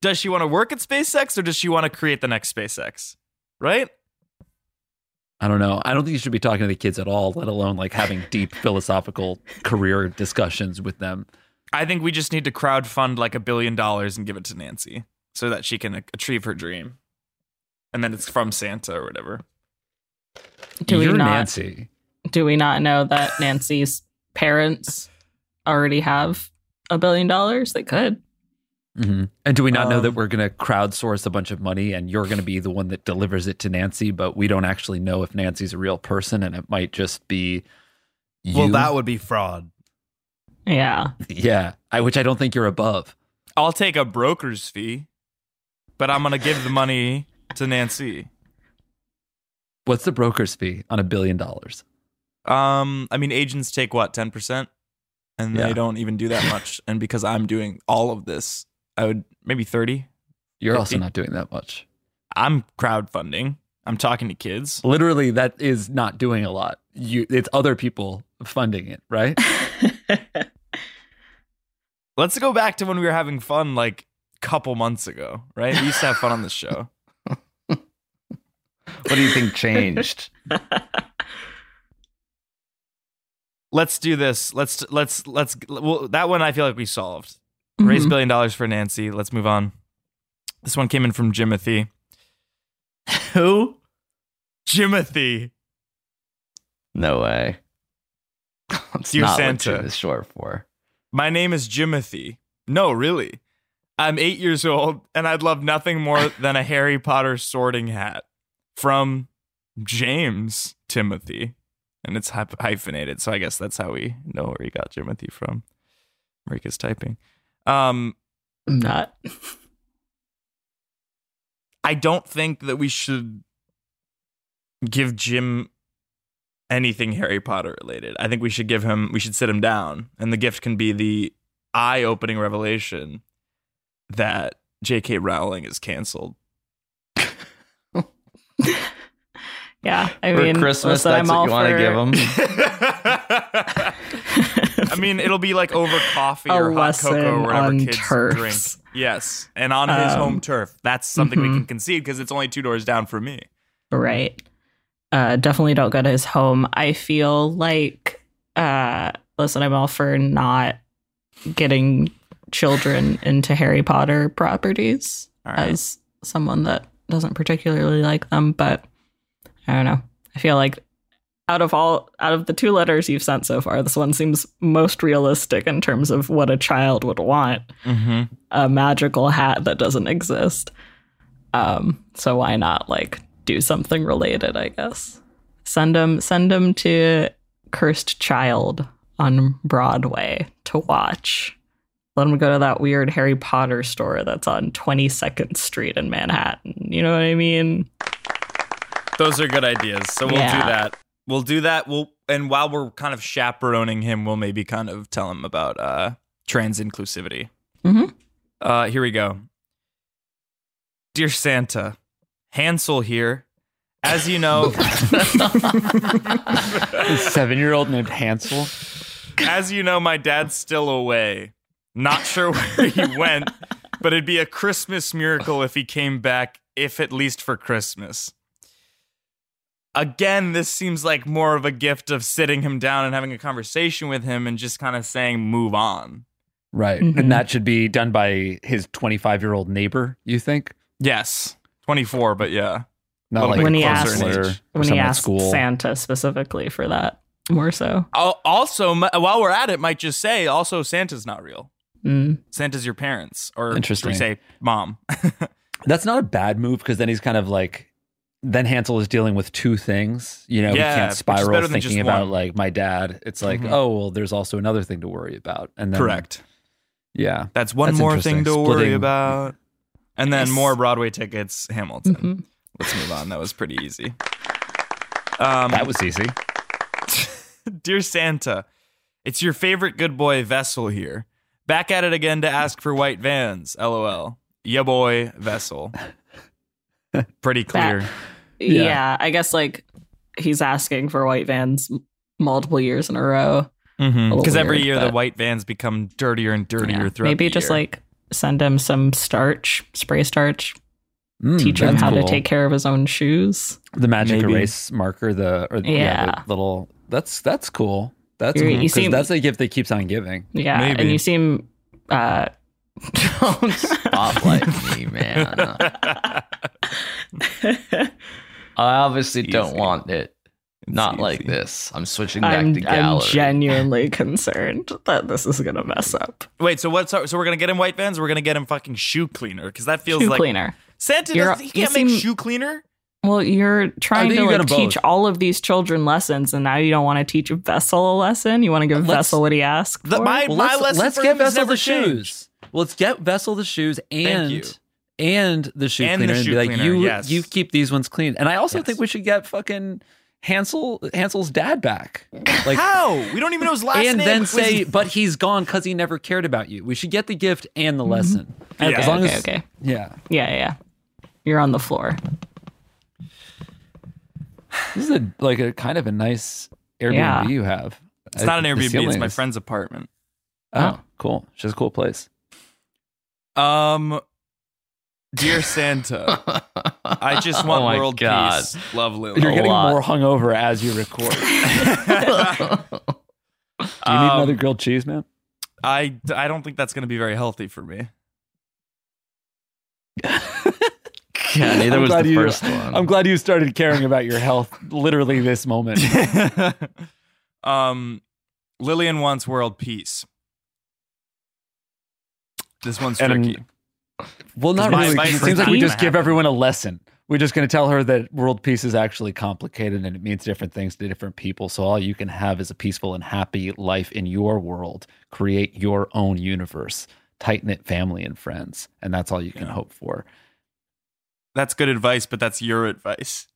does she want to work at SpaceX or does she want to create the next SpaceX? Right?
I don't know. I don't think you should be talking to the kids at all, let alone like having deep philosophical career discussions with them.
I think we just need to crowdfund like a billion dollars and give it to Nancy so that she can a- achieve her dream, and then it's from Santa or whatever.
Do
You're
we not?
Nancy.
Do we not know that Nancy's parents already have a billion dollars? They could.
hmm And do we not know that
Um,
we're going to crowdsource a bunch of money and you're going to be the one that delivers it to Nancy, but we don't actually know if Nancy's a real person and it might just be you?
would be fraud.
Yeah.
yeah, I, which I don't think you're above.
I'll take a broker's fee, but I'm gonna give the money to Nancy.
What's the broker's fee on a billion dollars?
Um, I mean, agents take what ten percent, and
Yeah.
they don't even do that much. and because I'm doing all of this, I would maybe thirty.
You're also
Fifty.
not doing that much.
I'm crowdfunding. I'm talking to kids.
Literally, that is not doing a lot. You, it's other people funding it, right?
Let's go back to when we were having fun, like couple months ago, right? We used to have fun on this show.
What do you think changed?
Let's do this. Let's let's let's. Well, that one I feel like we solved. Raise a
Mhm.
billion dollars for Nancy. Let's move on. This one came in from Jimothy. Who? Jimothy.
No way. That's
Dear
not
Santa.
what Jim is short for.
My name is Jimothy. No, really. I'm eight years old and I'd love nothing more than a Harry Potter sorting hat from James Timothy. And it's hy- hyphenated. So I guess that's how we know where he got Jimothy from. Marika's typing. Um,
I'm not.
I don't think that we should give Jim anything Harry Potter related. I think we should give him, we should sit him down, and the gift can be the eye opening revelation that J.K. Rowling is canceled.
Yeah, I
For
mean,
Christmas,
listen,
that's
I'm
what
all
you wanna
for
give 'em?
I mean, it'll be like over coffee
A
or hot
lesson
cocoa or whatever
on
kids
turfs.
drink. Yes, and on his
Um,
home turf. That's something we can
mhm.
concede because it's only two doors down for me.
Right. Uh, definitely don't go to his home. I feel like, uh, listen, I'm all for not getting children into Harry Potter properties
All right.
as someone that doesn't particularly like them, but I don't know. I feel like out of all out of the two letters you've sent so far, this one seems most realistic in terms of what a child would want
Mm-hmm.
a magical hat that doesn't exist. Um, so why not like do something related? I guess send them send them to Cursed Child on Broadway to watch. Let them go to that weird Harry Potter store that's on Twenty Second Street in Manhattan. You know what I mean?
Those are good ideas. So we'll do
Yeah.
that. We'll do that. We'll and while we're kind of chaperoning him, we'll maybe kind of tell him about uh, trans inclusivity.
Mhm.
Uh, here we go. Dear Santa, Hansel here. As you know,
Seven year old named Hansel.
As you know, my dad's still away. Not sure where he went, but it'd be a Christmas miracle if he came back, if at least for Christmas. Again, this seems like more of a gift of sitting him down and having a conversation with him and just kind of saying, move on.
Right.
Mm-hmm.
Mhm.
And that should be done by his 25 year old neighbor, you think?
Yes. 24, but yeah. Little
Not like
bit
when he
closer
asked
in age.
or
when he
someone at
asked
school.
Santa specifically for that more so.
Al- Also, m- while we're at it, might just say also Santa's not real.
Mm.
Santa's your parents, or should we
Interesting.
say mom?
That's not a bad move because then he's kind of like, then Hansel is dealing with two things. You
Yeah,
know, he
which
can't
is
spiral
better than
thinking
just
about
one.
like my dad. It's like,
Mm-hmm.
Mhm.
oh, well, there's also another thing to worry about. And then,
Correct.
Yeah.
That's one
That's
more thing to
interesting.
worry
Splitting-
about. And then
Yes.
more Broadway tickets, Hamilton.
Mhm.
Let's move on. That was pretty easy. Um,
That was easy.
Dear Santa, it's your favorite good boy Vessel here. Back at it again to ask for white vans. LOL. Ya boy, Vessel. Pretty clear.
Yeah.
Yeah.
I guess like he's asking for white vans m- multiple years in a row.
Because
little
Mm-hmm. every
weird,
year the
but-
white vans become dirtier and dirtier
Yeah.
throughout
Maybe
the
just
year.
like send him some starch, spray starch,
Mm,
Hmm,
teach him
that's
how to
cool.
take care of his own shoes.
the magic
Maybe.
erase marker, the or yeah.
Yeah.
the little. That's that's cool. That's
You're-
cool,
you
'cause
seem-
that's a gift that keeps on giving.
Yeah. And
Maybe.
you seem uh
Don't spotlight me, man. I obviously don't
easy.
want it. Not
easy.
like this. I'm switching back
I'm,
to
I'm
gallery.
genuinely concerned that this is gonna mess up.
Wait, so what's our, so we're gonna get him white vans? Or we're gonna get him fucking shoe cleaner because that feels
Shoe
like
cleaner.
Santa
You're-
doesn't, he
you
can't make
seem-
shoe cleaner.
Well, you're trying
think
to
you got
like
them
teach
both.
all of these children lessons, and now you don't want to teach Vessel a lesson. You want to give
Let's-
Vessel what he asked
The-
for?
my
Well,
my lesson
let's, let's
for
get
him is
Vessel
never
the
change.
shoes. Well, let's get Vessel the shoes
you.
and and the shoe
And the
cleaner
shoe
and be like,
cleaner,
you
yes.
you keep these ones clean. And I also
Yes.
think we should get fucking Hansel Hansel's dad back. Like
How? We don't even know his last name.
and then
It was-
say, but he's gone because he never cared about you. We should get the gift and the lesson.
Okay,
as long
okay,
as
okay.
yeah,
Yeah, yeah, yeah. You're on the floor.
this is a, like a kind of a nice Airbnb
Yeah.
you have.
it's not an Airbnb. It's my
friend.
friend's apartment.
Oh, cool. She has a cool place.
Um, dear Santa, I just want
Oh my
world
God.
peace. Love Lily.
You're
A
getting
lot.
more hungover as you record. Do you need
Um,
another grilled cheese, man?
I I don't think that's going to be very healthy for me.
yeah, neither was the
you,
first one.
I'm glad you started caring about your health literally this moment.
um, Lillian wants world peace. This one's
And-
tricky.
Well, not
My
really. 'cause
advice
It
is
seems like
not
we
to
just give
happen.
everyone a lesson. We're just going to tell her that world peace is actually complicated and it means different things to different people. So all you can have is a peaceful and happy life in your world. Create your own universe. Tight knit family and friends, and that's all you can
Yeah.
hope for.
That's good advice, but that's your advice.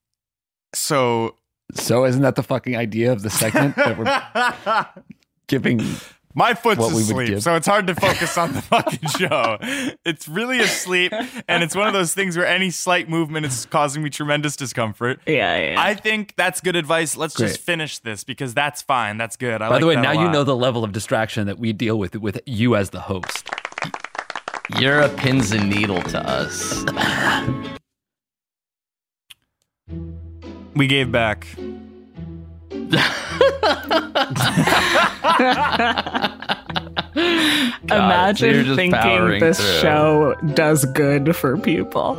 So
So isn't that the fucking idea of the segment that we're giving
My foot's
What we would
asleep,
give.
so it's hard to focus on the fucking show. It's really asleep, and it's one of those things where any slight movement is causing me tremendous discomfort.
Yeah, yeah.
I think that's good advice. Let's just
Great.
finish this because that's fine. That's good. I
By
like
the way,
that a
now you
lot.
know the level of distraction that we deal with with you as the host.
You're a pins and needle to us.
we gave back.
you're
Imagine
just
thinking
powering
this
through.
show does good for people.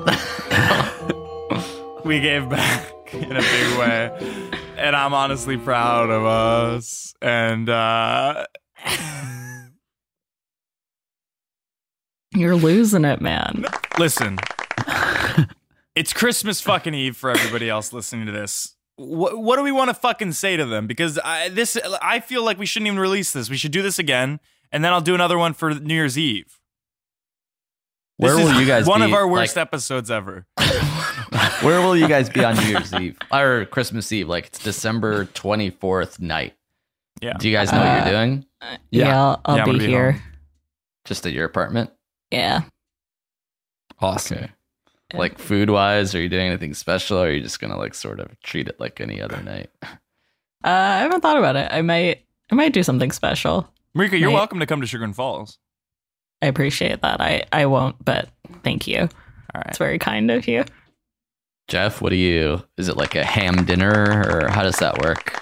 We gave back in a big way, and I'm honestly proud of us. And uh,
You're losing it, man.
Listen, it's Christmas fucking Eve for everybody else listening to this. What, what do we want to fucking say to them? Because I, this, I feel like we shouldn't even release this. We should do this again, and then I'll do another one for New Year's Eve. This
Where will
is
you guys
One
be,
of our worst
like-
episodes ever.
Where will you guys be on New Year's Eve or Christmas Eve? Like it's December 24th night.
Yeah.
Do you guys know what
Uh,
you're doing?
Yeah, I'll, I'll
Yeah, I'm
be,
gonna be
here.
Just at your apartment?
Yeah.
Awesome.
Like food wise, are you doing anything special? Or are you just gonna like sort of treat it like any other night?
Uh, I haven't thought about it. I might I might do something special.
Marika, you're
Right.
welcome to come to Sugar and Falls.
I appreciate that. I, I won't, but thank you.
All right.
It's very kind of you.
Jeff, what do you? Is it like a ham dinner or how does that work?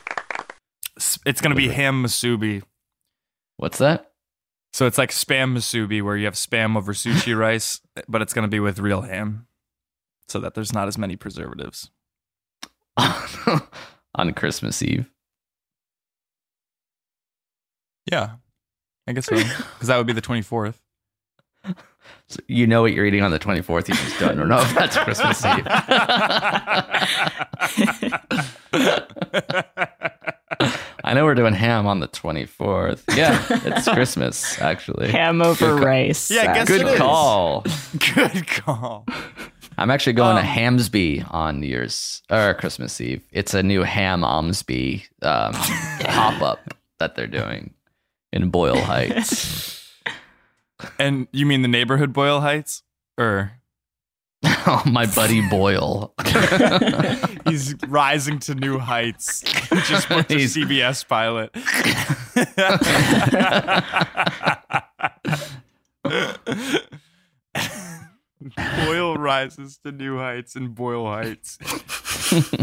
S- It's gonna be ham masubi.
What's that?
So it's like spam masubi, where you have spam over sushi rice, but it's gonna be with real ham, so that there's not as many preservatives.
on Christmas Eve?
Yeah, I guess so. Because that would be the 24th.
So you know what you're eating on the 24th. You just don't know if that's Christmas Eve. I know we're doing ham on the 24th. Yeah, it's Christmas, actually.
Ham over
Good ca-
rice. uh,
Yeah, I guess
Good
it is.
call.
Good call.
I'm actually going to Hamsby on New Year's or Christmas Eve. It's a new Ham Omsby um, pop up that they're doing in Boyle Heights.
And you mean the neighborhood Boyle Heights? Or
oh, my buddy Boyle.
he's rising to new heights. He just booked a CBS pilot. Boyle rises to new heights in Boyle Heights.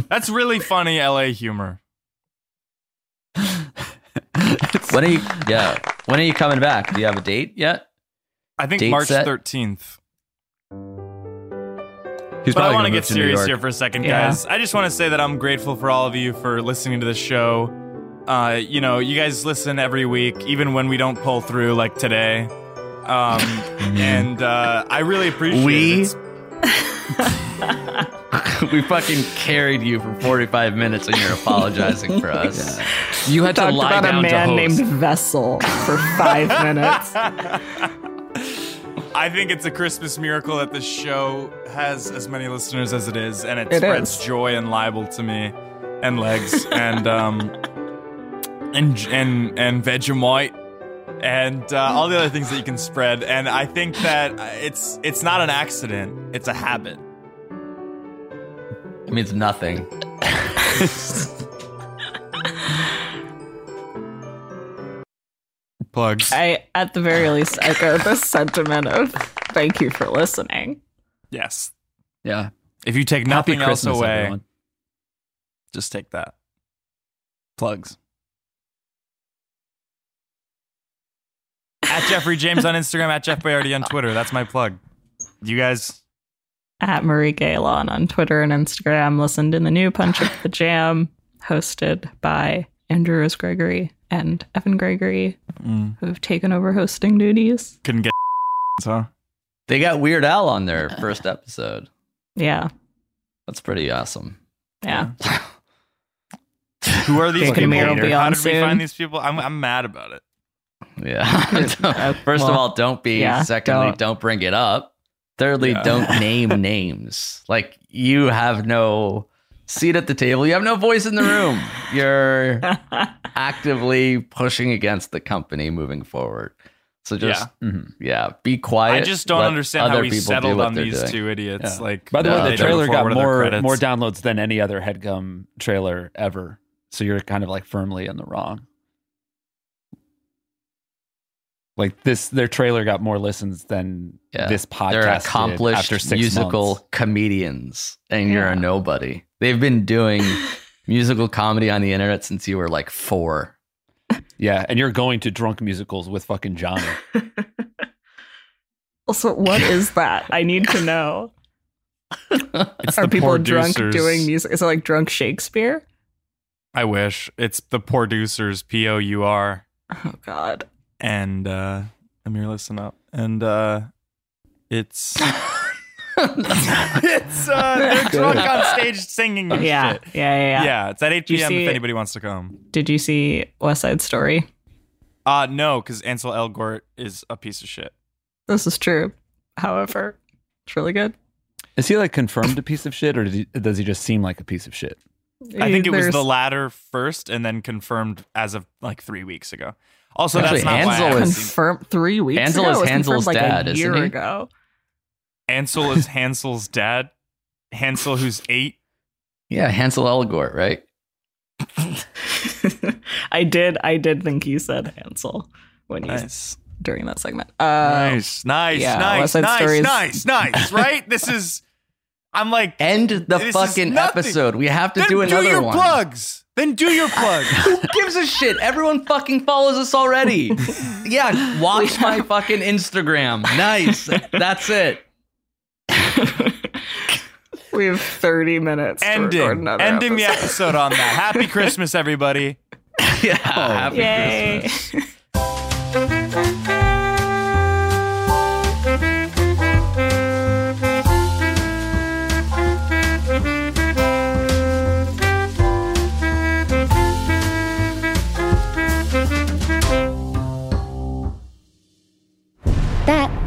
That's really funny LA humor.
when are you? Yeah, when are you coming back? Do you have a date yet?
I think
Date
March
set?
13th.
He's
but I want
probably gonna
to
move
get
to New
serious
York.
here for a second,
Yeah.
guys. I just want to say that I'm grateful for all of you for listening to the show. Uh, you know, you guys listen every week, even when we don't pull through like today. Um, and uh, I really appreciate it.
We?
It's-
we fucking carried you for 45 minutes, and you're apologizing for us.
You had to
Talked
lie
about
down
a man
to host.
named Vessel for five minutes.
I think it's a Christmas miracle that this show has as many listeners as it is, and it,
It
spreads
is.
joy and libel to me, and legs, and um, and and and Vegemite, and uh, all the other things that you can spread. And I think that it's it's not an accident; it's a habit.
It means nothing.
Plugs.
I, at the very least, echo the sentiment of thank you for listening.
Yes.
Yeah.
If you take
Happy
nothing else
Christmas,
away,
everyone.
just take that. Plugs. at Jeffrey James on Instagram, at Jeff Bayardi on Twitter. That's my plug. You guys,
At Marie Galon on Twitter and Instagram. Listen to the new Punch Up the Jam, hosted by Andrew Rose Gregory and Evan Gregory, who have taken over hosting duties.
couldn't get huh?
They got Weird Al on their first episode.
Yeah.
That's pretty awesome.
Yeah.
Who are these
Jacob
people?
Mayer will be
How
on
did we
soon.
find these people? I'm, I'm mad about it.
Yeah.
Uh,
First
well,
of all, don't be.
yeah,
Secondly,
don't.
don't. bring it up. Thirdly,
Yeah.
don't name names. Like you have no seat at the table. You have no voice in the room. You're actively pushing against the company moving forward. So just
Yeah.
Mm-hmm.
yeah, be quiet.
I just don't
Let
understand how
other
we
people do
settled
what
on
they're
these
doing.
two idiots.
Yeah.
Like,
by
uh,
the way, the
they don't
trailer got
forward their
more
credits.
more downloads than any other headgum trailer ever. So you're kind of like firmly in the wrong. Like this, their trailer got more listens than
Yeah.
this podcast.
They're
did
accomplished
after six
musical
months.
comedians, and you're a nobody. They've been doing musical comedy on the internet since you were like four.
Yeah, and you're going to drunk musicals with fucking Johnny.
Also, what is that? I need to know.
It's
Are
the
people drunk
producers.
doing music? Is it like drunk Shakespeare?
I wish it's the producers, P O U R,
Oh God.
and uh, Amir, listen up, and uh, it's it's uh, they're drunk on stage singing.
Yeah,
this Oh,
yeah,
shit.
yeah, yeah.
yeah. It's at eight
Do you
p.m.
see-
if anybody wants to come.
Did you see West Side Story?
Uh no, because Ansel Elgort is a piece of shit.
This is true. However, it's really good.
Is he like confirmed a piece of shit, or does he, does he just seem like a piece of shit?
I think it was
There's-
the latter first, and then confirmed as of like three weeks ago. Also,
Actually,
that's not why I
Ansel
haven't
is-
seen-
confirmed three weeks
Ansel
ago.
is
It was confirmed,
Hansel's
like
dad,
a
isn't
year
he?
ago.
Ansel is Hansel's dad. Hansel, who's eight.
Yeah, Hansel Elgort, right?
I did. I did think you said Hansel when you
Nice.
during that segment. Uh,
Nice, nice,
yeah, West
nice,
Side
nice,
Story is-
nice, nice. Right? This is. I'm like,
End the
This is
fucking
nothing.
episode. We have to
then
do another
your
one.
plugs. Then do your plugs.
Who gives a shit? Everyone fucking follows us already. yeah, watch my fucking Instagram. Nice. That's it.
we have thirty minutes. to record
ending,
another
ending the
episode.
episode on that. Happy Christmas, everybody. Oh,
Yeah. happy
Yay.
Christmas.
That